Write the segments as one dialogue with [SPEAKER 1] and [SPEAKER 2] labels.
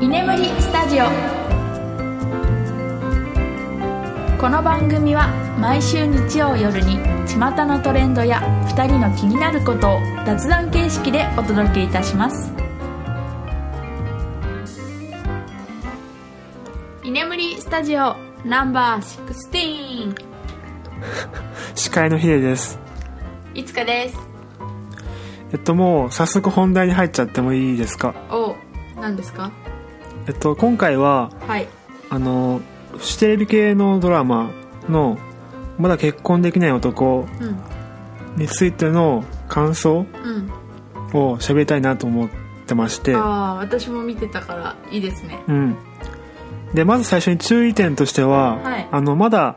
[SPEAKER 1] 眠りスタジオこの番組は毎週日曜夜に巷のトレンドや2人の気になることを雑談形式でお届けいたします居眠りスタジオナンバー16
[SPEAKER 2] 司会のヒデです
[SPEAKER 1] いつかです
[SPEAKER 2] えっともう早速本題に入っちゃってもいいですか
[SPEAKER 1] お何ですか
[SPEAKER 2] えっと今回は
[SPEAKER 1] はい
[SPEAKER 2] あのフジテレビ系のドラマの「まだ結婚できない男
[SPEAKER 1] うん」
[SPEAKER 2] についての感想
[SPEAKER 1] うん
[SPEAKER 2] を喋りたいなと思ってまして
[SPEAKER 1] ああ私も見てたからいいですね
[SPEAKER 2] うんでまず最初に注意点としては、
[SPEAKER 1] はい
[SPEAKER 2] あのまだ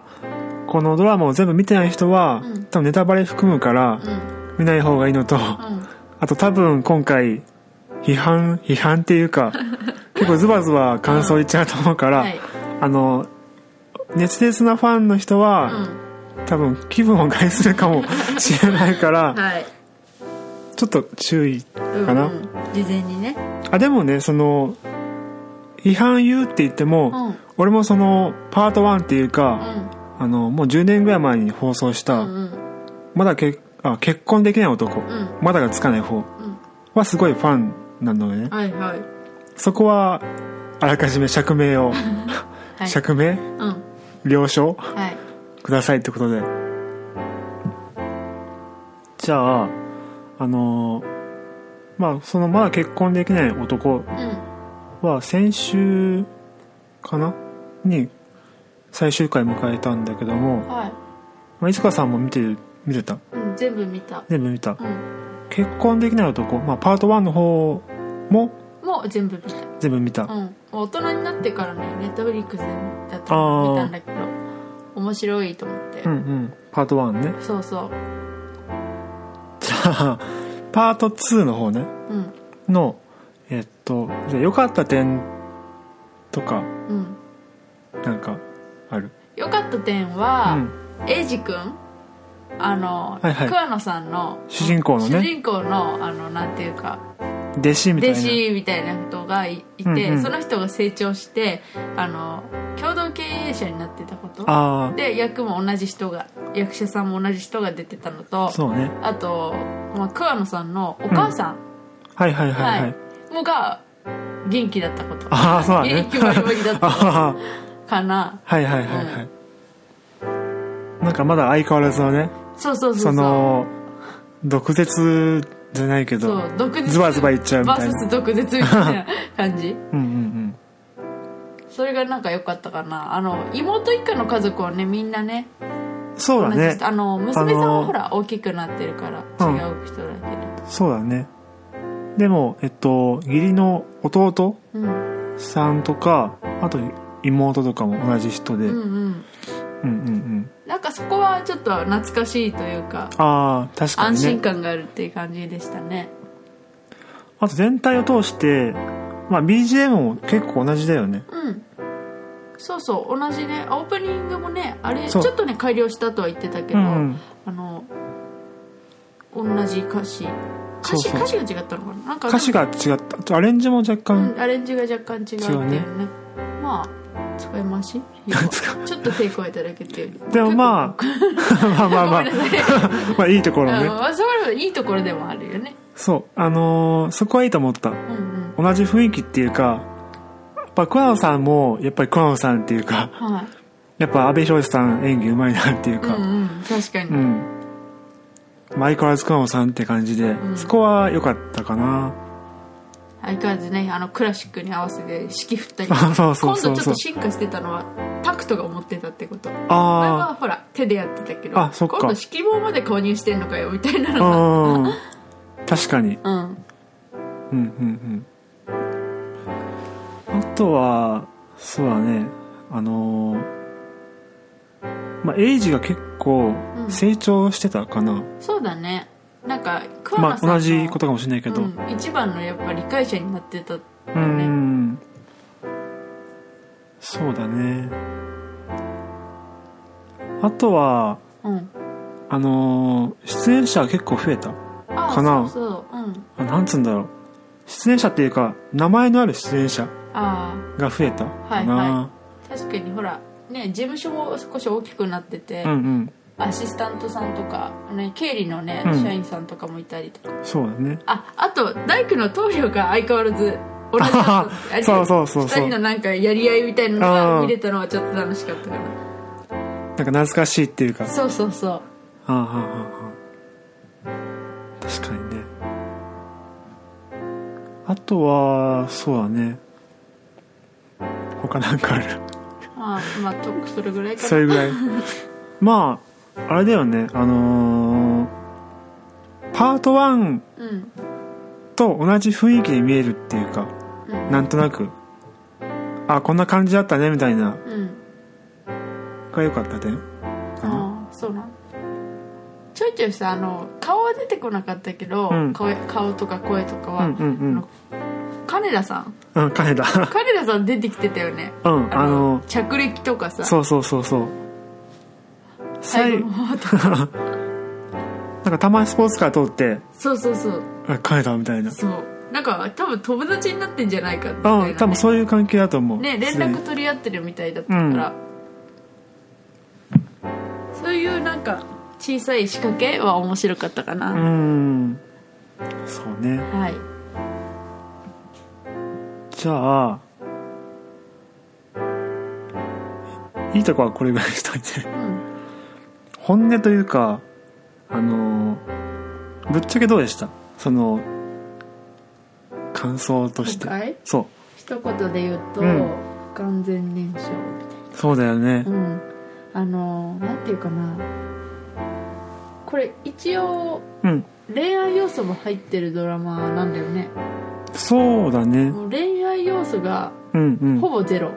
[SPEAKER 2] このドラマを全部見てない人は、
[SPEAKER 1] うん
[SPEAKER 2] 多分ネタバレ含むから
[SPEAKER 1] うん
[SPEAKER 2] 見ない方がいいのと、
[SPEAKER 1] うん
[SPEAKER 2] あと多分今回批判批判っていう か結構ズバズバ感想言っちゃうと思うから、
[SPEAKER 1] はい
[SPEAKER 2] あの熱烈なファンの人
[SPEAKER 1] う
[SPEAKER 2] は、
[SPEAKER 1] ん
[SPEAKER 2] 多分気分を害するかもしれないか ら
[SPEAKER 1] はい
[SPEAKER 2] ちょっと注意
[SPEAKER 1] うん
[SPEAKER 2] か
[SPEAKER 1] う
[SPEAKER 2] な、
[SPEAKER 1] ん事前にね
[SPEAKER 2] あでもねその批判言うって言っても、
[SPEAKER 1] うん
[SPEAKER 2] 俺もそのパート1っていうか、あのもう10年ぐらい前に放送し
[SPEAKER 1] う
[SPEAKER 2] た、
[SPEAKER 1] んうん
[SPEAKER 2] まだけあ結婚できない男、
[SPEAKER 1] ん
[SPEAKER 2] まだがつかない
[SPEAKER 1] う
[SPEAKER 2] 方
[SPEAKER 1] ん
[SPEAKER 2] はすごいファンなのね、
[SPEAKER 1] はいはい
[SPEAKER 2] そこはあらかじめ釈明を、
[SPEAKER 1] はい
[SPEAKER 2] 釈明
[SPEAKER 1] うん
[SPEAKER 2] 了承
[SPEAKER 1] はい
[SPEAKER 2] くださいってことでじゃああのーまあそのまだ結婚できない
[SPEAKER 1] う
[SPEAKER 2] 男
[SPEAKER 1] ん
[SPEAKER 2] は先週かなに最終回迎えたんだけども、
[SPEAKER 1] はい
[SPEAKER 2] まあ、いつかさんも見てる見てた
[SPEAKER 1] うん全部見た
[SPEAKER 2] 全部見た
[SPEAKER 1] うん
[SPEAKER 2] 結婚できない男、まあ、パート1の方も
[SPEAKER 1] もう全部見た
[SPEAKER 2] 全部見た、
[SPEAKER 1] うん大人になってからねネットフリックスで見た
[SPEAKER 2] あ
[SPEAKER 1] と
[SPEAKER 2] ー
[SPEAKER 1] 見たんだけど面白いと思って
[SPEAKER 2] うんうんパート1ね
[SPEAKER 1] そうそう
[SPEAKER 2] じゃあパート2の方ね
[SPEAKER 1] うん
[SPEAKER 2] のえっとじゃあ良かった点とか
[SPEAKER 1] うん
[SPEAKER 2] なんかある
[SPEAKER 1] 良かった点
[SPEAKER 2] う
[SPEAKER 1] は
[SPEAKER 2] ん
[SPEAKER 1] エイジくんあの
[SPEAKER 2] はいはい
[SPEAKER 1] 桑野さんの
[SPEAKER 2] 主人公のね
[SPEAKER 1] 主人公のあのなんていうか
[SPEAKER 2] 弟子みたい
[SPEAKER 1] 弟
[SPEAKER 2] な
[SPEAKER 1] 子みたいな人がいいて、
[SPEAKER 2] うんうん
[SPEAKER 1] その人が成長してあの共同経営者になってたこと
[SPEAKER 2] あ
[SPEAKER 1] で役も同じ人が役者さんも同じ人が出てたの
[SPEAKER 2] あ
[SPEAKER 1] と
[SPEAKER 2] そうね
[SPEAKER 1] あと、まあ、桑野さんのお母さん、
[SPEAKER 2] はいはいはいはい、
[SPEAKER 1] もが元気だったこと
[SPEAKER 2] ああそうだね
[SPEAKER 1] 元気バリバリだっ
[SPEAKER 2] あ
[SPEAKER 1] た
[SPEAKER 2] はは
[SPEAKER 1] かな
[SPEAKER 2] はいはいはいはい、なんかまだ相変わらずのね
[SPEAKER 1] そうそうそう
[SPEAKER 2] その毒舌じゃないけ
[SPEAKER 1] そ
[SPEAKER 2] ど
[SPEAKER 1] う毒舌
[SPEAKER 2] ズバズバ言っちゃうみ
[SPEAKER 1] バ
[SPEAKER 2] た
[SPEAKER 1] ー
[SPEAKER 2] い
[SPEAKER 1] サス
[SPEAKER 2] な
[SPEAKER 1] 毒舌みたいな感じ
[SPEAKER 2] うんうん
[SPEAKER 1] それがなんか良かったかなあの妹一家の家族はねみんなね
[SPEAKER 2] うんそうだ
[SPEAKER 1] 同じ
[SPEAKER 2] ね
[SPEAKER 1] 人あの娘さん
[SPEAKER 2] あ
[SPEAKER 1] は
[SPEAKER 2] の
[SPEAKER 1] ほら大きくなってるから
[SPEAKER 2] うん
[SPEAKER 1] 違う人だけど
[SPEAKER 2] そうだねでもえっと義理の弟
[SPEAKER 1] うん
[SPEAKER 2] さんとかあと妹とかも同じ人で、
[SPEAKER 1] うんうん
[SPEAKER 2] うんうんうん
[SPEAKER 1] なんかそこはちょっと懐かしいというか
[SPEAKER 2] ああ確か
[SPEAKER 1] 安
[SPEAKER 2] に
[SPEAKER 1] 心
[SPEAKER 2] ね
[SPEAKER 1] 感があるっていう感じでしたね
[SPEAKER 2] あと全体を通して、まあ、BGM も結構同じだよね
[SPEAKER 1] うんそうそう同じねオープニングもねあれちょ
[SPEAKER 2] そう
[SPEAKER 1] っとね改良したとは言ってたけ
[SPEAKER 2] う
[SPEAKER 1] ど、
[SPEAKER 2] んうん
[SPEAKER 1] あの同じ歌詞歌
[SPEAKER 2] そう
[SPEAKER 1] 詞
[SPEAKER 2] そう
[SPEAKER 1] 歌詞が違ったのかななんかでも
[SPEAKER 2] 歌詞が違ったあとアレンジも若干、
[SPEAKER 1] うん、アレンジが若干違うっていうね
[SPEAKER 2] 違
[SPEAKER 1] まあ使い回 しちょっと手加えただけっていう
[SPEAKER 2] でもまあ まあまあま
[SPEAKER 1] ご
[SPEAKER 2] あ
[SPEAKER 1] めんなさい
[SPEAKER 2] まあいいところ
[SPEAKER 1] あ
[SPEAKER 2] ね
[SPEAKER 1] のまあそれはいいところでもあるよね
[SPEAKER 2] そうあのーそこはいいと思った
[SPEAKER 1] うんうん
[SPEAKER 2] 同じ雰囲気っていうかやっぱ桑野さんもやっぱり桑野さんっていうか
[SPEAKER 1] はい
[SPEAKER 2] やっぱ阿部寛さん演技うまいなっていう
[SPEAKER 1] うん
[SPEAKER 2] か
[SPEAKER 1] うん確かに、
[SPEAKER 2] うんマイコラズ桑野さんって感じで、
[SPEAKER 1] ん
[SPEAKER 2] そこは良かったかな
[SPEAKER 1] 相変わらずねあのクラシックに合わせて指揮振ったり
[SPEAKER 2] あ そうそうそうそう
[SPEAKER 1] 今度ちょっと進化してたのはタクトが思ってたってこと前
[SPEAKER 2] あ
[SPEAKER 1] はほら手でやってたけど
[SPEAKER 2] あそっか
[SPEAKER 1] 今度指揮棒まで購入してんのかよみたいな
[SPEAKER 2] あ
[SPEAKER 1] のが
[SPEAKER 2] うん確かに
[SPEAKER 1] うん
[SPEAKER 2] うんうんうんあとはそうだねあのーまあエイジが結構
[SPEAKER 1] うん
[SPEAKER 2] 成長してたかな、
[SPEAKER 1] そうだねなんか桑
[SPEAKER 2] ま
[SPEAKER 1] 名
[SPEAKER 2] あ
[SPEAKER 1] さんの
[SPEAKER 2] 同じことかもしれないけどうん
[SPEAKER 1] うん、一番のやっぱ理解者になってた
[SPEAKER 2] んそうだねあとは
[SPEAKER 1] うん
[SPEAKER 2] あのー出演者が結構増えた
[SPEAKER 1] ああ
[SPEAKER 2] かな
[SPEAKER 1] そうそううん
[SPEAKER 2] あなんつうんだろう出演者っていうか名前のある出演者
[SPEAKER 1] あ
[SPEAKER 2] が増えたかな、
[SPEAKER 1] はいはあ確かにほらね事務所も少し大きくなってて、
[SPEAKER 2] うん
[SPEAKER 1] アシスタントさんとか、ね、経理のね、
[SPEAKER 2] うん
[SPEAKER 1] 社員さんとかもいたりとか
[SPEAKER 2] うんそうだね
[SPEAKER 1] ああと大工の棟梁が相変わらず同じだったってあれ
[SPEAKER 2] そうそうそうそう
[SPEAKER 1] 二人のなんかやり合いみたいなのが見れたのはちょっと楽しかったかな
[SPEAKER 2] なんか懐かしいっていうか
[SPEAKER 1] そうそうそう
[SPEAKER 2] ああああああ確かにねあとはそうだね他なんかあ る
[SPEAKER 1] まあまあとそれぐらいかな
[SPEAKER 2] それぐらいまああれだよねあのーパート
[SPEAKER 1] う
[SPEAKER 2] 1
[SPEAKER 1] ん
[SPEAKER 2] と同じ雰囲気で見えるっていうか
[SPEAKER 1] うん
[SPEAKER 2] なんとなくあこんな感じだったねみたいな
[SPEAKER 1] うん
[SPEAKER 2] が良かった点か
[SPEAKER 1] あ
[SPEAKER 2] な
[SPEAKER 1] あそうなんちょいちょいさあの顔は出てこなかったけど、
[SPEAKER 2] うん
[SPEAKER 1] 声顔とか声とか
[SPEAKER 2] う
[SPEAKER 1] は、
[SPEAKER 2] んうんうん
[SPEAKER 1] 金田さん
[SPEAKER 2] うん金田
[SPEAKER 1] 金田さん出てきてたよね
[SPEAKER 2] うんあの
[SPEAKER 1] 着陸とかさ
[SPEAKER 2] そうそうそうそう
[SPEAKER 1] 最後
[SPEAKER 2] 後
[SPEAKER 1] の方とか
[SPEAKER 2] なんかたまにスポーツカー通って
[SPEAKER 1] そうそうそう
[SPEAKER 2] 「あ帰った」みたいな
[SPEAKER 1] そうなんか多分友達になってんじゃないかみたいな、
[SPEAKER 2] うん多分そういう関係だと思う
[SPEAKER 1] ね連
[SPEAKER 2] すでに
[SPEAKER 1] 絡取り合ってるみたいだったから、そういうなんか小さい仕掛けは面白かったか
[SPEAKER 2] う
[SPEAKER 1] な、
[SPEAKER 2] んそうね
[SPEAKER 1] はい
[SPEAKER 2] じゃあいいとこはこれぐらいにしといて
[SPEAKER 1] うん
[SPEAKER 2] 本音というかあのーぶっちゃけどうでしたその感想として
[SPEAKER 1] 今回
[SPEAKER 2] そ
[SPEAKER 1] 一言で言うと、
[SPEAKER 2] うん
[SPEAKER 1] 不完全燃焼
[SPEAKER 2] うそうだよね
[SPEAKER 1] うんあのなんていうかなこれ一応
[SPEAKER 2] うん
[SPEAKER 1] 恋愛要素も入ってるドラマなんだよね
[SPEAKER 2] そうだね
[SPEAKER 1] もう恋愛要素が
[SPEAKER 2] うんうん
[SPEAKER 1] ほぼゼロ、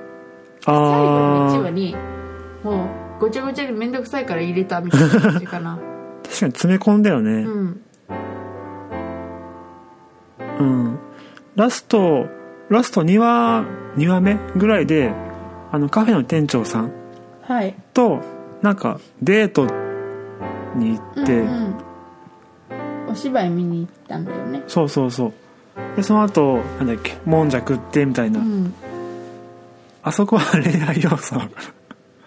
[SPEAKER 2] あ
[SPEAKER 1] 最後の
[SPEAKER 2] あ
[SPEAKER 1] 1話にもうごちゃごちゃで面倒くさいから入れたみたいな感じか な
[SPEAKER 2] 確かに詰め込んだよね、
[SPEAKER 1] うん
[SPEAKER 2] うん、ラストラスト2話2話目ぐらいであのカフェの店長さん
[SPEAKER 1] はい
[SPEAKER 2] となんかデートに行って、
[SPEAKER 1] うんうん、お芝居見に行ったんだよね
[SPEAKER 2] そうそうそうでその後なんだっけもんじゃ食ってみたいな、
[SPEAKER 1] うん
[SPEAKER 2] あそこは恋愛要素だ か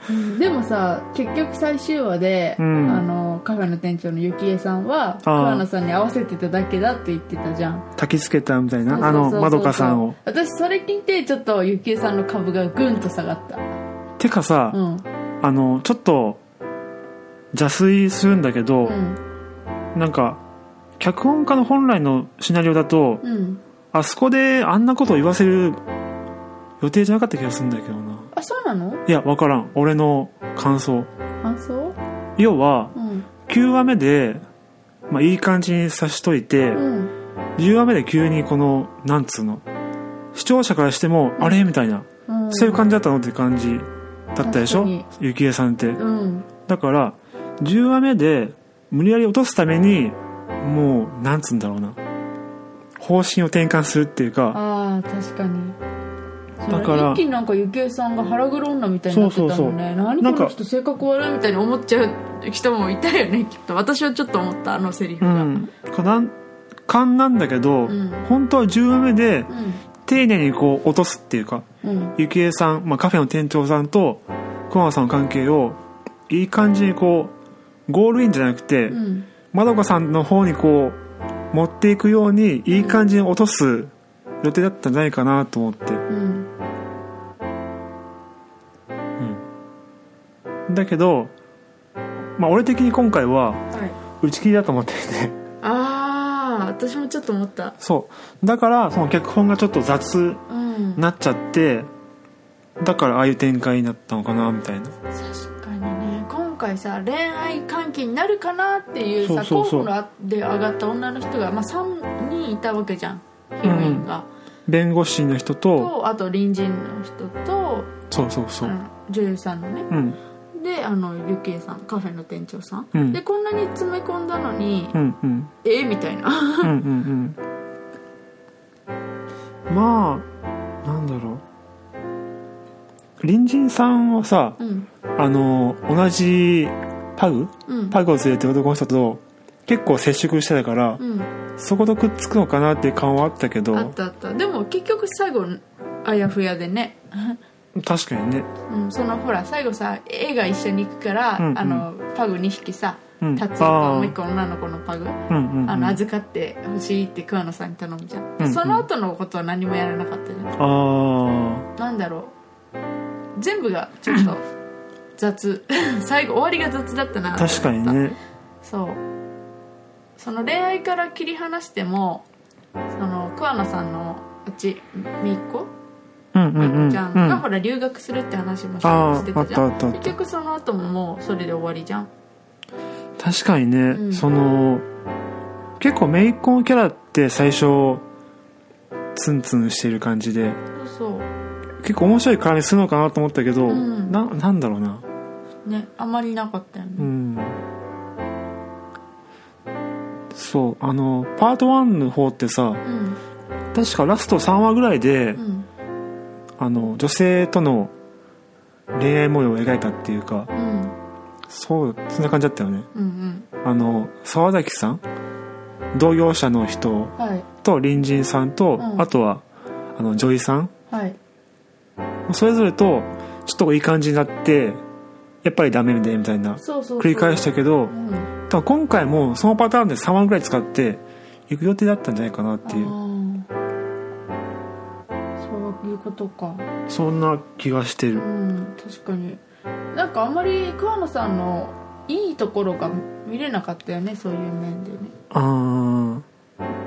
[SPEAKER 2] ら
[SPEAKER 1] うんでもさ結局最終話で、
[SPEAKER 2] うん
[SPEAKER 1] あのカフェの店長のゆきえさんは桑名さんに合わせてただけだって言ってたじゃん
[SPEAKER 2] 焚きつけたみたいなあ
[SPEAKER 1] そう
[SPEAKER 2] の
[SPEAKER 1] そうそうそう
[SPEAKER 2] まどかさんを
[SPEAKER 1] 私それ聞いてちょっとゆきえさんの株がぐんと下がった
[SPEAKER 2] てかさ、
[SPEAKER 1] うん
[SPEAKER 2] あのちょっと邪推するんだけど
[SPEAKER 1] う、ん
[SPEAKER 2] なんか脚本家の本来のシナリオだと、
[SPEAKER 1] うん
[SPEAKER 2] あそこであんなことを言わせる予定じゃなかった気がするんだけどな。
[SPEAKER 1] あそうなの
[SPEAKER 2] いや、わからん。俺の感想。
[SPEAKER 1] 感想
[SPEAKER 2] 要は、
[SPEAKER 1] うん
[SPEAKER 2] 9話目で、まあ、いい感じにさしといて、
[SPEAKER 1] うん
[SPEAKER 2] 10話目で急にこの、なんつうの、視聴者からしても、あれみたいな、
[SPEAKER 1] うん
[SPEAKER 2] そういう感じだったのって感じだったでし
[SPEAKER 1] 確
[SPEAKER 2] ょ
[SPEAKER 1] かに
[SPEAKER 2] ゆきえさんって。
[SPEAKER 1] うん
[SPEAKER 2] だから、10話目で、無理やり落とすために、もう、なんつうんだろうな。方針を転換するっていうか、
[SPEAKER 1] ああ確かに
[SPEAKER 2] だから
[SPEAKER 1] 一気になんかゆきえさんが腹黒女みたいになってたもんね
[SPEAKER 2] そうそう
[SPEAKER 1] 何
[SPEAKER 2] なん
[SPEAKER 1] この
[SPEAKER 2] か
[SPEAKER 1] 人性格悪いみたいに思っちゃう人もいたよねきっと私はちょっと思ったあのセリフ
[SPEAKER 2] う
[SPEAKER 1] が
[SPEAKER 2] ん、かなん勘なんだけど、
[SPEAKER 1] ん
[SPEAKER 2] 本当は10話目で
[SPEAKER 1] うん
[SPEAKER 2] 丁寧にこう落とすっていうか
[SPEAKER 1] うん
[SPEAKER 2] 幸恵さん、まあ、カフェの店長さんと小川さんの関係をいい感じにこうゴールインじゃなくて、
[SPEAKER 1] うん
[SPEAKER 2] まどかさんの方にこう持っていくようにいい感じに落とす予定だったんじゃないかなと思って、
[SPEAKER 1] うん
[SPEAKER 2] うん、だけど、まあ、俺的に今回は
[SPEAKER 1] はい
[SPEAKER 2] 打ち切りだと思って いて
[SPEAKER 1] ああ私もちょっと思った
[SPEAKER 2] そうだからその脚本がちょっと雑
[SPEAKER 1] うん
[SPEAKER 2] なっちゃってだからああいう展開になったのかなみたいな
[SPEAKER 1] 確かにね今回さ恋愛関係になるかなっていうさ
[SPEAKER 2] そうそうそう
[SPEAKER 1] 候補のあで上がった女の人が、まあ、3人いたわけじゃんヒロインが、
[SPEAKER 2] 弁護士の人と
[SPEAKER 1] とあと隣人の人と
[SPEAKER 2] そうそうそ
[SPEAKER 1] あ
[SPEAKER 2] う
[SPEAKER 1] の女優さんのね
[SPEAKER 2] うん
[SPEAKER 1] であのゆきえさんカフェの店長さん、
[SPEAKER 2] うん
[SPEAKER 1] でこんなに詰め込んだのに、
[SPEAKER 2] うんうん
[SPEAKER 1] えみたいな
[SPEAKER 2] うんうんうん まあなんだろう隣人さんはさ
[SPEAKER 1] うん
[SPEAKER 2] あの同じパグ
[SPEAKER 1] うん
[SPEAKER 2] パグを連れてる男の人と結構接触してたから
[SPEAKER 1] うん
[SPEAKER 2] そことくっつくのかなっていう感はあったけ
[SPEAKER 1] あっ
[SPEAKER 2] ど
[SPEAKER 1] たあったでも結局最後あやふやでね、
[SPEAKER 2] 確かにね
[SPEAKER 1] うん、そのほら最後さ映画一緒に行くから、
[SPEAKER 2] うんうん
[SPEAKER 1] あのパグ2匹さ、
[SPEAKER 2] うん
[SPEAKER 1] タツオ
[SPEAKER 2] あ
[SPEAKER 1] と
[SPEAKER 2] ー
[SPEAKER 1] もう一個女の子のパグ、
[SPEAKER 2] うんうん、うん、
[SPEAKER 1] あの預かってほしいって桑野さんに頼むじゃん、
[SPEAKER 2] うんうん
[SPEAKER 1] その後のことは何もやらなかったじゃん
[SPEAKER 2] あ
[SPEAKER 1] なんだろう全部がちょっと雑 最後終わりが雑だったな
[SPEAKER 2] ー
[SPEAKER 1] と思った
[SPEAKER 2] 確かにね
[SPEAKER 1] そうその恋愛から切り離してもその桑野さんのあっちみっこ
[SPEAKER 2] うんうんうん
[SPEAKER 1] ちゃん
[SPEAKER 2] う
[SPEAKER 1] が、
[SPEAKER 2] ん
[SPEAKER 1] ほら留学するって話も
[SPEAKER 2] あ
[SPEAKER 1] して
[SPEAKER 2] ー
[SPEAKER 1] た
[SPEAKER 2] あっ
[SPEAKER 1] じゃ
[SPEAKER 2] た
[SPEAKER 1] ん
[SPEAKER 2] あったあっ
[SPEAKER 1] 結
[SPEAKER 2] た
[SPEAKER 1] 局その後ももうそれで終わりじゃん
[SPEAKER 2] 確かにね、
[SPEAKER 1] ん
[SPEAKER 2] その結構メイコンキャラって最初ツンツンしてる感じで
[SPEAKER 1] そうそ
[SPEAKER 2] 結構面白い絡みするのかなと思ったけど、
[SPEAKER 1] うん
[SPEAKER 2] ななんだろうな
[SPEAKER 1] うねあまりなかったよ
[SPEAKER 2] う
[SPEAKER 1] ね
[SPEAKER 2] んそうあのパート1の方ってさ
[SPEAKER 1] うん
[SPEAKER 2] 確かラスト3話ぐらいで、
[SPEAKER 1] うん
[SPEAKER 2] あの女性との恋愛模様を描いたっていうか
[SPEAKER 1] うん
[SPEAKER 2] そうそんな感じだったよね
[SPEAKER 1] うん
[SPEAKER 2] あの沢崎さん同業者の人
[SPEAKER 1] うんはい
[SPEAKER 2] と隣人さんと、
[SPEAKER 1] うん
[SPEAKER 2] あとはあの女医さん
[SPEAKER 1] はい
[SPEAKER 2] それぞれとちょっといい感じになってやっぱりダメでみたいな
[SPEAKER 1] そうそうそう
[SPEAKER 2] 繰り返したけ
[SPEAKER 1] う
[SPEAKER 2] ど
[SPEAKER 1] ん
[SPEAKER 2] 多分今回もそのパターンで3万ぐらい使って行く予定だったんじゃないかなっ
[SPEAKER 1] あ
[SPEAKER 2] ていう
[SPEAKER 1] ーそういうことか
[SPEAKER 2] そんな気がして
[SPEAKER 1] う
[SPEAKER 2] る
[SPEAKER 1] ん確かになんかあんまり桑野さんのいいところが見れなかったよねそういう面でね
[SPEAKER 2] あー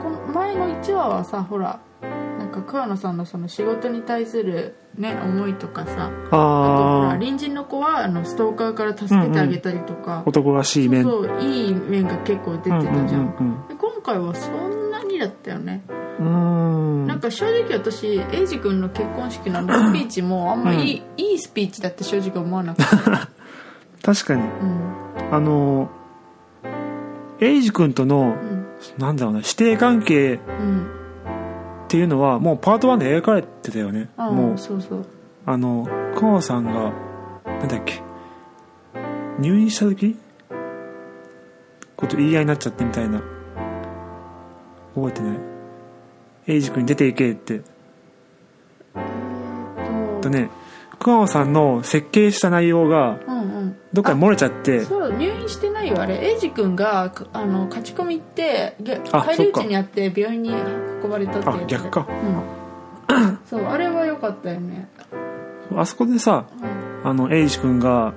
[SPEAKER 1] この前の1話はさほらなんか桑野さんのその仕事に対するね思いとかさあとほら
[SPEAKER 2] あー
[SPEAKER 1] 隣人の子はあのストーカーから助けてあげたりとか、
[SPEAKER 2] 男らしい面
[SPEAKER 1] そうそういい面が結構出てたじゃん,、
[SPEAKER 2] うん
[SPEAKER 1] で今回はそんなにだったよね、
[SPEAKER 2] うんうんうーん
[SPEAKER 1] なんか正直私エイジ君の結婚式のあのスピーチもあんまいい,、いいスピーチだって正直思わなくて、
[SPEAKER 2] 確かに
[SPEAKER 1] うん
[SPEAKER 2] あのエイジ君と
[SPEAKER 1] う
[SPEAKER 2] の
[SPEAKER 1] ん
[SPEAKER 2] なんだろうな師弟関係っ
[SPEAKER 1] うん
[SPEAKER 2] ていうのはもうパート1で描かれてたよね、
[SPEAKER 1] あ
[SPEAKER 2] もう
[SPEAKER 1] そうそう
[SPEAKER 2] あの川野さんがなんだっけ入院した時こと言い合いになっちゃってみたいな覚えてないエイジ君出ていけって
[SPEAKER 1] えっ
[SPEAKER 2] とね川野さんの設計した内容が
[SPEAKER 1] うんうん
[SPEAKER 2] どっかに漏れちゃって
[SPEAKER 1] そう入院してないよあれエイジ君がかあの勝ち込み行ってげ
[SPEAKER 2] あ
[SPEAKER 1] 返り
[SPEAKER 2] そ
[SPEAKER 1] 討
[SPEAKER 2] っか
[SPEAKER 1] ちにあって病院に運ばれたって
[SPEAKER 2] あ
[SPEAKER 1] やつ
[SPEAKER 2] 逆か
[SPEAKER 1] うんそうあれは良かったよね、
[SPEAKER 2] あそこでさ
[SPEAKER 1] うん
[SPEAKER 2] あの、エイジ君が、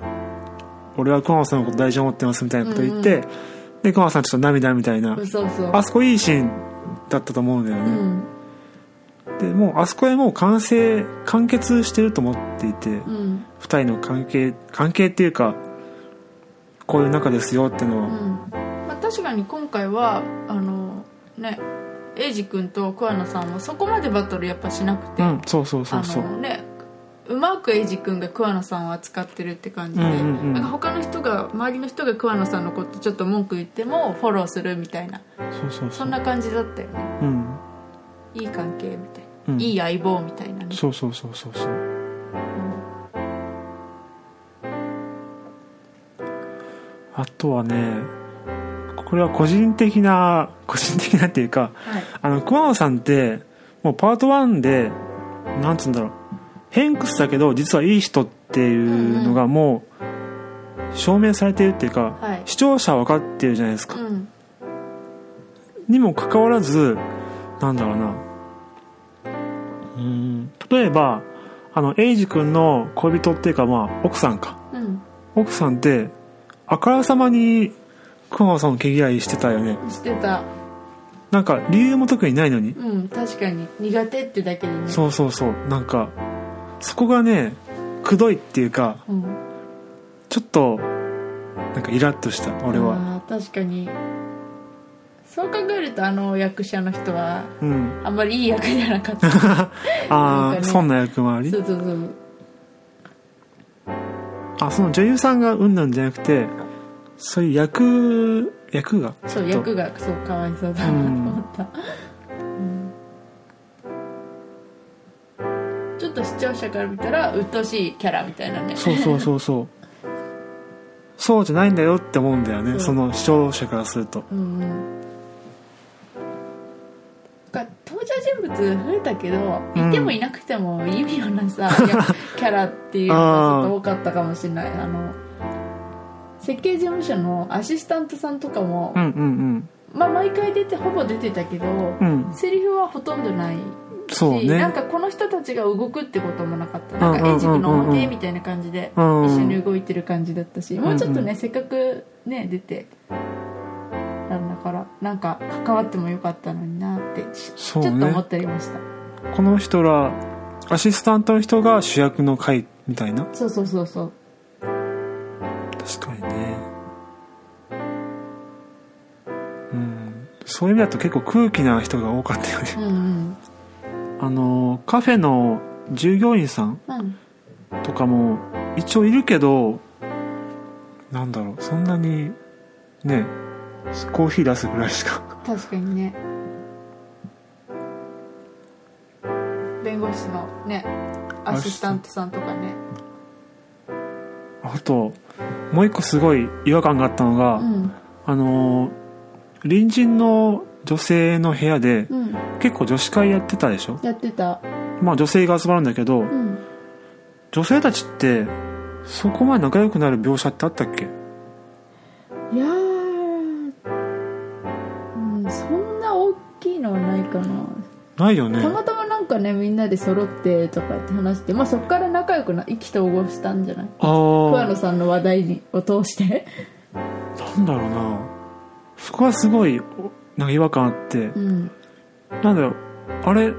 [SPEAKER 2] 俺は熊野さんのこと大事に思ってますみたいなこと言って、で、熊野さんちょっと涙みたいな、
[SPEAKER 1] そうそう
[SPEAKER 2] あそこいいシーンだったと思うんだよ
[SPEAKER 1] う
[SPEAKER 2] ね。
[SPEAKER 1] ん
[SPEAKER 2] で、もうあそこでもう完成、完結してると思っていて、
[SPEAKER 1] うん
[SPEAKER 2] 二人の関係、関係っていうか、こういう仲ですよっての
[SPEAKER 1] う
[SPEAKER 2] は、
[SPEAKER 1] んまあ、確かに今回はあのねエイジ君と桑名さんはそこまでバトルやっぱしなくて、
[SPEAKER 2] うん、そうそうそうそう
[SPEAKER 1] あ。のねうまくエイジ君が桑名さんを扱ってるって感じで、
[SPEAKER 2] うんうんうん
[SPEAKER 1] なんか他の人が周りの人が桑名さんのことちょっと文句言ってもフォローするみたいな
[SPEAKER 2] そうそうそ
[SPEAKER 1] そ。
[SPEAKER 2] うん
[SPEAKER 1] な感じだったよね
[SPEAKER 2] うん。
[SPEAKER 1] いい関係みたいな、
[SPEAKER 2] うん
[SPEAKER 1] いい相棒みたいなね
[SPEAKER 2] そうそうそうそうそう。あとはね、これは個人的な、個人的なっていうか、
[SPEAKER 1] はい
[SPEAKER 2] あの桑野さんってもうパート1でなんつうんだろう偏屈だけど実はいい人っていうのがもう証明されてるっていうか、
[SPEAKER 1] はい
[SPEAKER 2] 視聴者は分かってるじゃないですか、
[SPEAKER 1] うん
[SPEAKER 2] にもかかわらずなんだろうなうーん例えばあのエイジ君の恋人っていうかまあ奥さんか
[SPEAKER 1] う
[SPEAKER 2] 奥さんってあからさまに桑野さんを毛嫌いしてたよね
[SPEAKER 1] んしてた
[SPEAKER 2] なんか理由も特にないのに
[SPEAKER 1] うん確かに苦手ってだけでね
[SPEAKER 2] そうそうそうなんかそこがねくどいっていうか
[SPEAKER 1] うん、
[SPEAKER 2] ちょっとなんかイラッとした俺は
[SPEAKER 1] あー確かにそう考えるとあの役者の人は
[SPEAKER 2] うん
[SPEAKER 1] あんまりいい役じゃなかった そう
[SPEAKER 2] ああ
[SPEAKER 1] なんか
[SPEAKER 2] ー
[SPEAKER 1] ね
[SPEAKER 2] そんな役回
[SPEAKER 1] そ
[SPEAKER 2] り
[SPEAKER 1] うそう
[SPEAKER 2] あその女優さんがうんなんじゃなくてそういう役役が
[SPEAKER 1] そう
[SPEAKER 2] ちょっと
[SPEAKER 1] 役がそうかわいそうだなと思った、うんちょっと視聴者から見たら鬱陶しいキャラみたいなね
[SPEAKER 2] そうそうそうそうそうじゃないんだよって思うんだよね、
[SPEAKER 1] うん
[SPEAKER 2] その視聴者からすると
[SPEAKER 1] うんうん、なんか登場人物増えたけど、
[SPEAKER 2] うん
[SPEAKER 1] いてもいなくても意味のない さいやキャラっていうのがちょっと多かったかもしれないあの設計事務所のアシスタントさんとかも
[SPEAKER 2] う、んうん
[SPEAKER 1] まあ、毎回出てほぼ出てたけど、
[SPEAKER 2] うんうん
[SPEAKER 1] セリフはほとんどない
[SPEAKER 2] そう
[SPEAKER 1] し、
[SPEAKER 2] ね
[SPEAKER 1] なんかこの人たちが動くってこともなかったなん
[SPEAKER 2] うんうん
[SPEAKER 1] か
[SPEAKER 2] うんうん
[SPEAKER 1] エジプの表みたいな感じで
[SPEAKER 2] う
[SPEAKER 1] 一
[SPEAKER 2] ん
[SPEAKER 1] 緒に動いてる感じだったし、もうちょっと
[SPEAKER 2] うんう
[SPEAKER 1] ねせっかくね出てなんだからなんか関わってもよかったのになってちち
[SPEAKER 2] そ
[SPEAKER 1] ょ
[SPEAKER 2] う
[SPEAKER 1] っと思
[SPEAKER 2] ね
[SPEAKER 1] ってりました
[SPEAKER 2] この人らアシスタントの人が主役の回みたいな
[SPEAKER 1] そうそうそうそう
[SPEAKER 2] 確かにねうんそういう意味だと結構空気な人が多かったよね
[SPEAKER 1] うんうん
[SPEAKER 2] あのカフェの従業員さん
[SPEAKER 1] うん
[SPEAKER 2] とかも一応いるけどなんだろうそんなにねコーヒー出すぐらいしか
[SPEAKER 1] 確かにね弁護士のねアシスタントさんとかね
[SPEAKER 2] あともう一個すごい違和感があったのが、
[SPEAKER 1] うん
[SPEAKER 2] あの隣人の女性の部屋で
[SPEAKER 1] うん
[SPEAKER 2] 結構女子会やってたでしょ
[SPEAKER 1] やってた
[SPEAKER 2] まあ女性が集まるんだけど
[SPEAKER 1] うん
[SPEAKER 2] 女性たちってそこまで仲良くなる描写ってあったっけ
[SPEAKER 1] いやー、うん、そんな大きいのはないかな、
[SPEAKER 2] ないよね
[SPEAKER 1] たまたまなんかねみんなで揃ってとかって話して、まあ、そこから仲良くな意気投合したんじゃない
[SPEAKER 2] あ
[SPEAKER 1] 桑
[SPEAKER 2] ー
[SPEAKER 1] 野さんの話題にを通して
[SPEAKER 2] なんだろうなそこはすごいおなんか違和感あって
[SPEAKER 1] うん
[SPEAKER 2] なんだろうあれ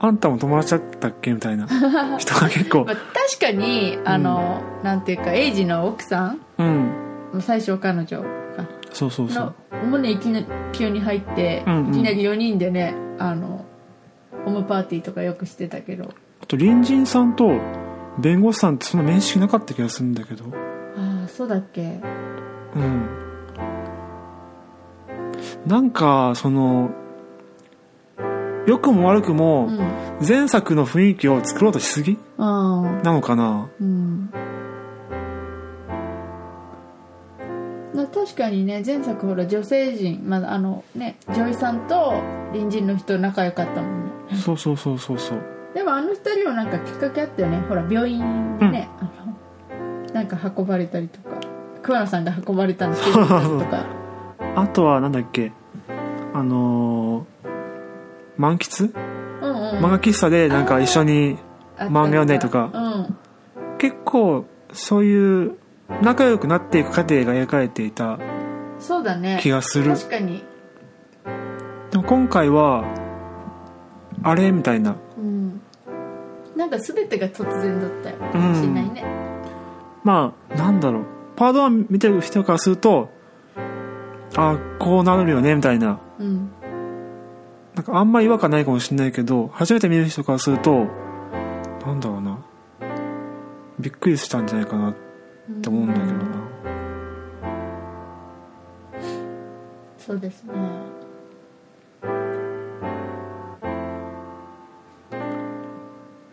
[SPEAKER 2] あんたも友達だったっけみたいな人が結構
[SPEAKER 1] まあ、確かにあの、なんていうかエイジの奥さん
[SPEAKER 2] うん
[SPEAKER 1] 最初彼女か
[SPEAKER 2] そうそうそう
[SPEAKER 1] のもうねいきなり急に入って、
[SPEAKER 2] うんうん
[SPEAKER 1] いきなり4人でねあのホームパーティーとかよくしてたけど
[SPEAKER 2] あと隣人さんと弁護士さんってそんな面識なかった気がするんだけど
[SPEAKER 1] ああそうだっけ
[SPEAKER 2] うんなんかその良くも悪く
[SPEAKER 1] う
[SPEAKER 2] も
[SPEAKER 1] んあ
[SPEAKER 2] 前作の雰囲気を作ろうとしすぎ
[SPEAKER 1] あ
[SPEAKER 2] なのかな
[SPEAKER 1] うん、な確かにね前作ほら女性陣、まあ、あのね女医さんと隣人の人仲良かったもんね
[SPEAKER 2] そうそうそうそうそう
[SPEAKER 1] でもあの二人はなんかきっかけあったよねほら病院にね、あのなんか運ばれたりとか桑野さんが運ばれたの知ってたりとか
[SPEAKER 2] あとはなんだっけあのー満喫
[SPEAKER 1] うんうん
[SPEAKER 2] 漫画喫茶でなんか一緒に
[SPEAKER 1] あったり
[SPEAKER 2] 漫画読んだりとか
[SPEAKER 1] うん
[SPEAKER 2] 結構そういう仲良くなっていく過程が描かれていた
[SPEAKER 1] そうだね
[SPEAKER 2] 気がする
[SPEAKER 1] 確かに
[SPEAKER 2] でも今回はあれみたいな
[SPEAKER 1] うんなんか全てが突然だったよ
[SPEAKER 2] うん
[SPEAKER 1] かもしれないね、
[SPEAKER 2] まあなんだろうパート1見てる人からするとあこうなるよねみたいな
[SPEAKER 1] うん
[SPEAKER 2] なんかあんまり違和感ないかもしれないけど初めて見る人からするとなんだろうなびっくりしたんじゃないかなっ
[SPEAKER 1] うん
[SPEAKER 2] て思うんだけどな
[SPEAKER 1] そうですね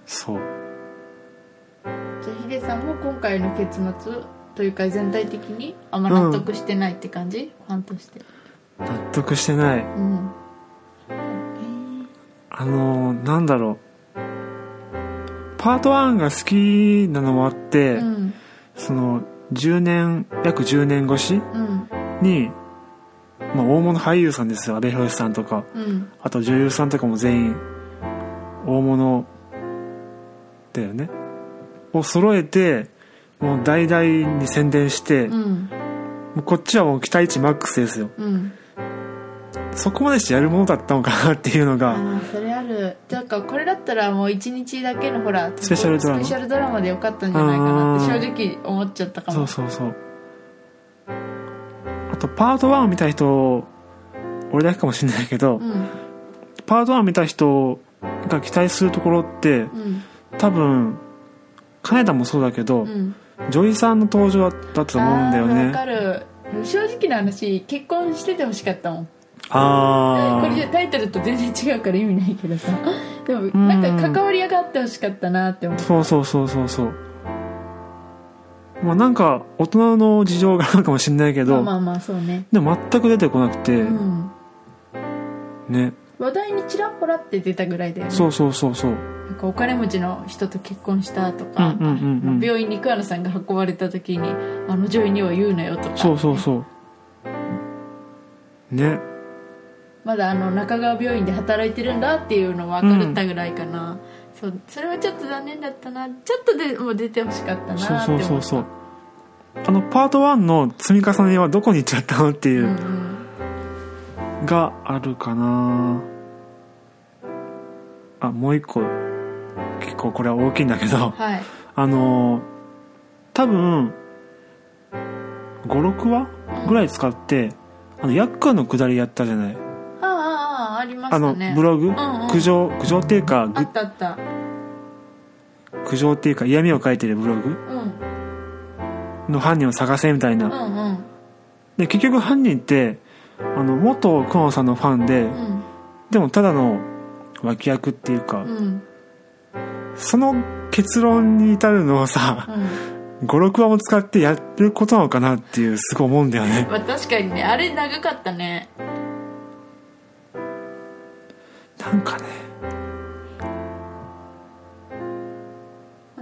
[SPEAKER 2] そう
[SPEAKER 1] じゃあヒデさんも今回の結末というか全体的にあんま納得してないって感じ、ファンとして
[SPEAKER 2] 納得してな
[SPEAKER 1] う
[SPEAKER 2] い
[SPEAKER 1] ん
[SPEAKER 2] あのーなんだろうパート1が好きなのもあって、
[SPEAKER 1] うん
[SPEAKER 2] その10年約10年越し
[SPEAKER 1] うん
[SPEAKER 2] に、まあ、大物俳優さんですよ阿部寛さんとか
[SPEAKER 1] うん
[SPEAKER 2] あと女優さんとかも全員大物だよねを揃えてもう大々に宣伝して、
[SPEAKER 1] う
[SPEAKER 2] も
[SPEAKER 1] ん
[SPEAKER 2] うこっちはもう期待値マックスですよ
[SPEAKER 1] うん
[SPEAKER 2] そこまでしてやるものだったのかなっていうの
[SPEAKER 1] あ
[SPEAKER 2] が
[SPEAKER 1] あそれあるなんかこれだったらもう一日だけのほら
[SPEAKER 2] スペシャルドラマ
[SPEAKER 1] スペシャルドラマでよかったんじゃないかなって正直思っちゃったか
[SPEAKER 2] そ
[SPEAKER 1] も
[SPEAKER 2] うそうそうあとパート1を見た人俺だけかもしれないけど、
[SPEAKER 1] うん
[SPEAKER 2] パート1を見た人が期待するところって
[SPEAKER 1] うん
[SPEAKER 2] 多分金田もそうだけど、
[SPEAKER 1] うん
[SPEAKER 2] 女医さんの登場だったと思うんだよ
[SPEAKER 1] あーわ
[SPEAKER 2] ね
[SPEAKER 1] かる正直な話結婚しててほしかったもん
[SPEAKER 2] あ
[SPEAKER 1] これじゃ
[SPEAKER 2] ー
[SPEAKER 1] タイトルと全然違うから意味ないけどさ でもなんか関わりがあってほしかったなって思う
[SPEAKER 2] そうそうそうそうそうまあなんか大人の事情があるかもしれないけ
[SPEAKER 1] まあ
[SPEAKER 2] ど、
[SPEAKER 1] まあまあそうね
[SPEAKER 2] でも全く出てこなくて、
[SPEAKER 1] うん
[SPEAKER 2] ね
[SPEAKER 1] 話題にちらほらって出たぐらいだよね
[SPEAKER 2] そうそうそうそう
[SPEAKER 1] なんかお金持ちの人と結婚したと
[SPEAKER 2] うん
[SPEAKER 1] か、
[SPEAKER 2] うんうんうん
[SPEAKER 1] 病院に桑野さんが運ばれた時にあの女医には言うなよとか
[SPEAKER 2] そうそうそうね
[SPEAKER 1] まだあの中川病院で働いてるんだっていうの分かったぐらいかな、そうそれはちょっと残念だったなちょっとでも出てほしかったなって
[SPEAKER 2] そう
[SPEAKER 1] 思
[SPEAKER 2] そうそう
[SPEAKER 1] う
[SPEAKER 2] そうあのパート1の積み重ねはどこに行っちゃったのっていううんがあるかなあもう一個結構これは大きいんだけど
[SPEAKER 1] はい
[SPEAKER 2] あのー多分56話ぐらい使ってあのヤッカーの下りやったじゃない
[SPEAKER 1] ああああありまし
[SPEAKER 2] あ
[SPEAKER 1] た
[SPEAKER 2] の
[SPEAKER 1] ね
[SPEAKER 2] ブログ、
[SPEAKER 1] んうん
[SPEAKER 2] 苦情苦情っていうか
[SPEAKER 1] あ
[SPEAKER 2] ぐ
[SPEAKER 1] ったあった
[SPEAKER 2] 苦情っていうか嫌味を書いてるブログ
[SPEAKER 1] うん
[SPEAKER 2] の犯人を探せみたいな、
[SPEAKER 1] うんうん
[SPEAKER 2] で結局犯人ってあの元ク野さんのファンで、
[SPEAKER 1] うん
[SPEAKER 2] でもただの脇役っていうか、
[SPEAKER 1] うん
[SPEAKER 2] その結論に至るのをさ
[SPEAKER 1] うん
[SPEAKER 2] 56話も使ってやることなのかなっていうすごい思うんだよね
[SPEAKER 1] まあ確かにねあれ長かったね
[SPEAKER 2] なんかね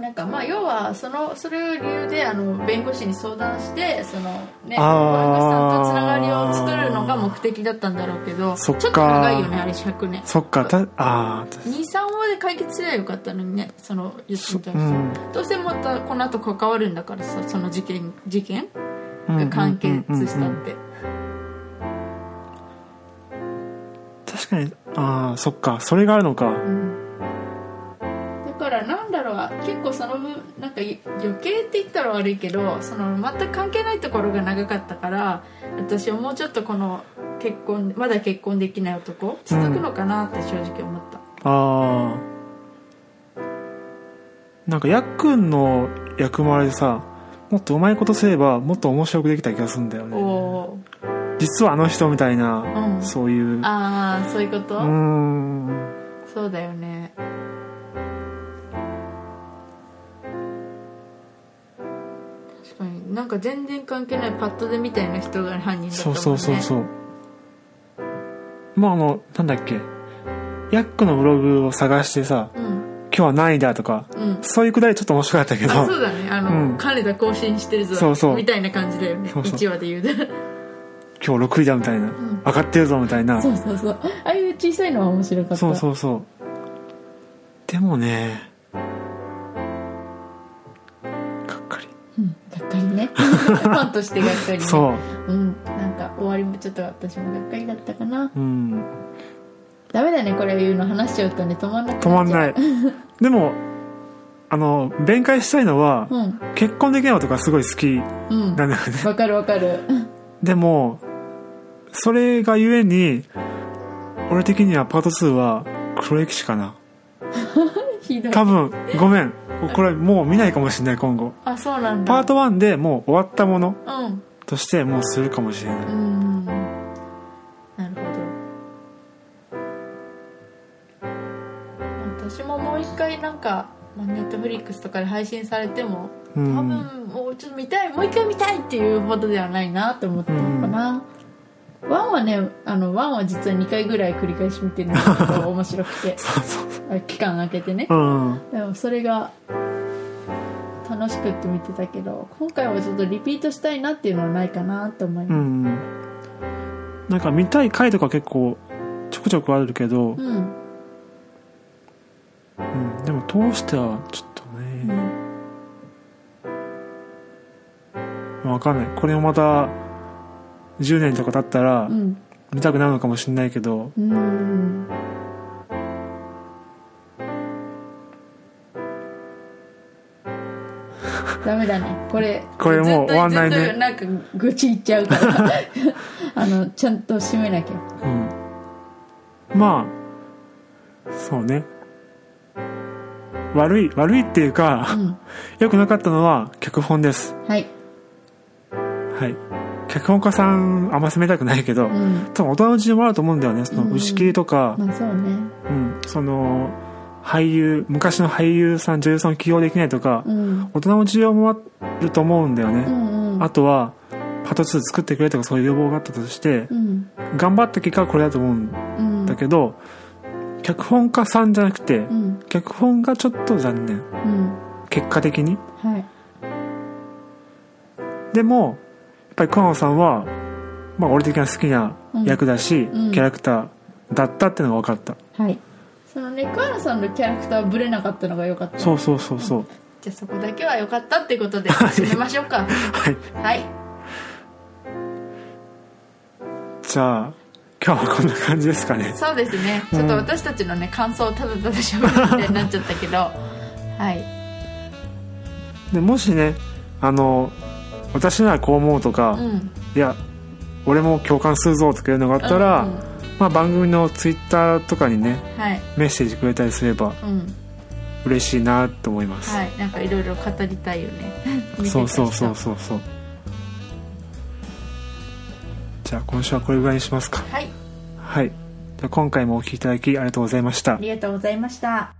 [SPEAKER 1] なんかまあ要はそのそれを理由であの弁護士に相談してそのね
[SPEAKER 2] あー
[SPEAKER 1] 保育士さんとつながりを作るのが目的だったんだろうけど
[SPEAKER 2] そっか
[SPEAKER 1] ちょっと長いよねあれ100年
[SPEAKER 2] そっかたあー
[SPEAKER 1] 23話で解決すればよかったのにねその言ってみた
[SPEAKER 2] う
[SPEAKER 1] らさ
[SPEAKER 2] ん
[SPEAKER 1] どうせまたこの後関わるんだからさその事件事件
[SPEAKER 2] うんう
[SPEAKER 1] が
[SPEAKER 2] ん
[SPEAKER 1] 完結し
[SPEAKER 2] うん
[SPEAKER 1] た
[SPEAKER 2] うんう
[SPEAKER 1] っ
[SPEAKER 2] ん
[SPEAKER 1] て
[SPEAKER 2] 確かにああそっかそれがあるのか
[SPEAKER 1] だからなんだろう結構その分なんかい余計って言ったら悪いけどその全く関係ないところが長かったから私はもうちょっとこの結婚まだ結婚できない男続くのかなって正直思った、
[SPEAKER 2] ああなんかやっくんの役回りでさもっとうまいことすればもっと面白くできた気がするんだよ
[SPEAKER 1] お
[SPEAKER 2] ね
[SPEAKER 1] お
[SPEAKER 2] 実はあの人みたいな、
[SPEAKER 1] うん
[SPEAKER 2] そういう
[SPEAKER 1] ああそういうこと、
[SPEAKER 2] うーん
[SPEAKER 1] そうだよね確かになんか全然関係ないパッとでみたいな人が犯人だった
[SPEAKER 2] そ
[SPEAKER 1] もん
[SPEAKER 2] う
[SPEAKER 1] ね
[SPEAKER 2] そうそうそうまああのなんだっけヤックのブログを探してさ
[SPEAKER 1] うん
[SPEAKER 2] 「今日は何位だ」とか
[SPEAKER 1] うん
[SPEAKER 2] そういうくだりちょっと面白かったけど
[SPEAKER 1] あそうだねあの、
[SPEAKER 2] うん
[SPEAKER 1] 彼ら更新してるぞ
[SPEAKER 2] そうそう
[SPEAKER 1] みたいな感じだよね
[SPEAKER 2] そうそう
[SPEAKER 1] 一話で言うで
[SPEAKER 2] 「今日6位だ」みたいな、
[SPEAKER 1] ん
[SPEAKER 2] 上がってるぞ」みたいな
[SPEAKER 1] そうそうそうああいう小さいのは面白かった
[SPEAKER 2] そうそうそうでもねがっかり
[SPEAKER 1] うんがっかり ねファンとしてがっかりね
[SPEAKER 2] そう
[SPEAKER 1] うんなんか終わりもちょっと私もがっかりだったかな
[SPEAKER 2] ううん
[SPEAKER 1] ダメだねこれ言うの話しちゃうとね止まんなくなっち
[SPEAKER 2] 止
[SPEAKER 1] ゃう
[SPEAKER 2] ま んないでもあの弁解したいのは、
[SPEAKER 1] うん
[SPEAKER 2] 結婚できない男がすごい好きな
[SPEAKER 1] うん
[SPEAKER 2] んだよね
[SPEAKER 1] わかるわかる
[SPEAKER 2] でもそれがゆえに俺的にはパート2は黒歴史かな
[SPEAKER 1] ひどい
[SPEAKER 2] 多分ごめんこれもう見ないかもしれない今後
[SPEAKER 1] あそうなんだ
[SPEAKER 2] パート1でもう終わったもの
[SPEAKER 1] うん
[SPEAKER 2] としてもうするかもしれないう
[SPEAKER 1] ーんなるほど私ももう一回なんかネットフリックスとかで配信されても
[SPEAKER 2] う
[SPEAKER 1] 多
[SPEAKER 2] ん
[SPEAKER 1] 分もうちょっと見たいもう一回見たいっていうほどではないなと思ったのかな、ワンはねあのワンは実は2回ぐらい繰り返し見てるんだけど面白 くて
[SPEAKER 2] そうそう
[SPEAKER 1] あ期間空けてね
[SPEAKER 2] うん
[SPEAKER 1] でもそれが楽しくって見てたけど今回はちょっとリピートしたいなっていうのはないかなと思います、
[SPEAKER 2] うんなんか見たい回とか結構ちょくちょくあるけど、
[SPEAKER 1] うん
[SPEAKER 2] うんでも通してはちょっと
[SPEAKER 1] う
[SPEAKER 2] ね、
[SPEAKER 1] ん
[SPEAKER 2] わかんないこれをまた10年とか経ったら
[SPEAKER 1] うん
[SPEAKER 2] 見たくなるのかもしれないけど、
[SPEAKER 1] うんダメだねこれ
[SPEAKER 2] これもう終わんないね
[SPEAKER 1] ずっとずっとなんか愚痴言っちゃうからあのちゃんと締めなきゃ
[SPEAKER 2] うんまあそうね悪い悪いっていうか、
[SPEAKER 1] うん
[SPEAKER 2] 良くなかったのは脚本です
[SPEAKER 1] はい
[SPEAKER 2] はい脚本家さんあんま責めたくないけど、
[SPEAKER 1] うん
[SPEAKER 2] 多分大人の事情もあると思うんだよねその
[SPEAKER 1] うん
[SPEAKER 2] 打ち切りとか、
[SPEAKER 1] まあそうね
[SPEAKER 2] うん、その俳優昔の俳優さん女優さんを起用できないとか、
[SPEAKER 1] うん
[SPEAKER 2] 大人の需要もあると思うんだよ
[SPEAKER 1] う
[SPEAKER 2] ね、
[SPEAKER 1] んうん
[SPEAKER 2] あとはパート2作ってくれとかそういう要望があったとして
[SPEAKER 1] うん
[SPEAKER 2] 頑張った結果はこれだと思うん
[SPEAKER 1] うん
[SPEAKER 2] だけど、脚本家さんじゃなくて、
[SPEAKER 1] うん
[SPEAKER 2] 脚本がちょっと残念
[SPEAKER 1] うん
[SPEAKER 2] 結果的に
[SPEAKER 1] はい
[SPEAKER 2] でもやっぱり桑野さんは、まあ、俺的な好きな役だし、
[SPEAKER 1] うん
[SPEAKER 2] キャラクターだったってのが分かった、
[SPEAKER 1] はいそのね桑野さんのキャラクターはブレなかったのが良かった
[SPEAKER 2] そうそうそうそう
[SPEAKER 1] じゃあそこだけは良かったってことで締めましょうか
[SPEAKER 2] はい
[SPEAKER 1] はい
[SPEAKER 2] じゃあ今日はこんな感じですかね
[SPEAKER 1] そうですねちょっと私たちのね感想をただただしゃべるみたいになっちゃったけ どはい
[SPEAKER 2] でもしねあの私ならこう思うとか、
[SPEAKER 1] うん
[SPEAKER 2] いや俺も共感するぞとかいうのがあったら、
[SPEAKER 1] うんうん
[SPEAKER 2] まあ、番組のツイッターとかにね
[SPEAKER 1] はい
[SPEAKER 2] メッセージくれたりすれば
[SPEAKER 1] うん
[SPEAKER 2] 嬉しいなと思います、
[SPEAKER 1] はいなんかいろいろ語りたいよね
[SPEAKER 2] そうそう
[SPEAKER 1] 見てた人
[SPEAKER 2] そうそうそうじゃあ今週はこれぐらいにしますか
[SPEAKER 1] はい
[SPEAKER 2] はいじゃあ今回もお聴きいただきありがとうございました
[SPEAKER 1] ありがとうございました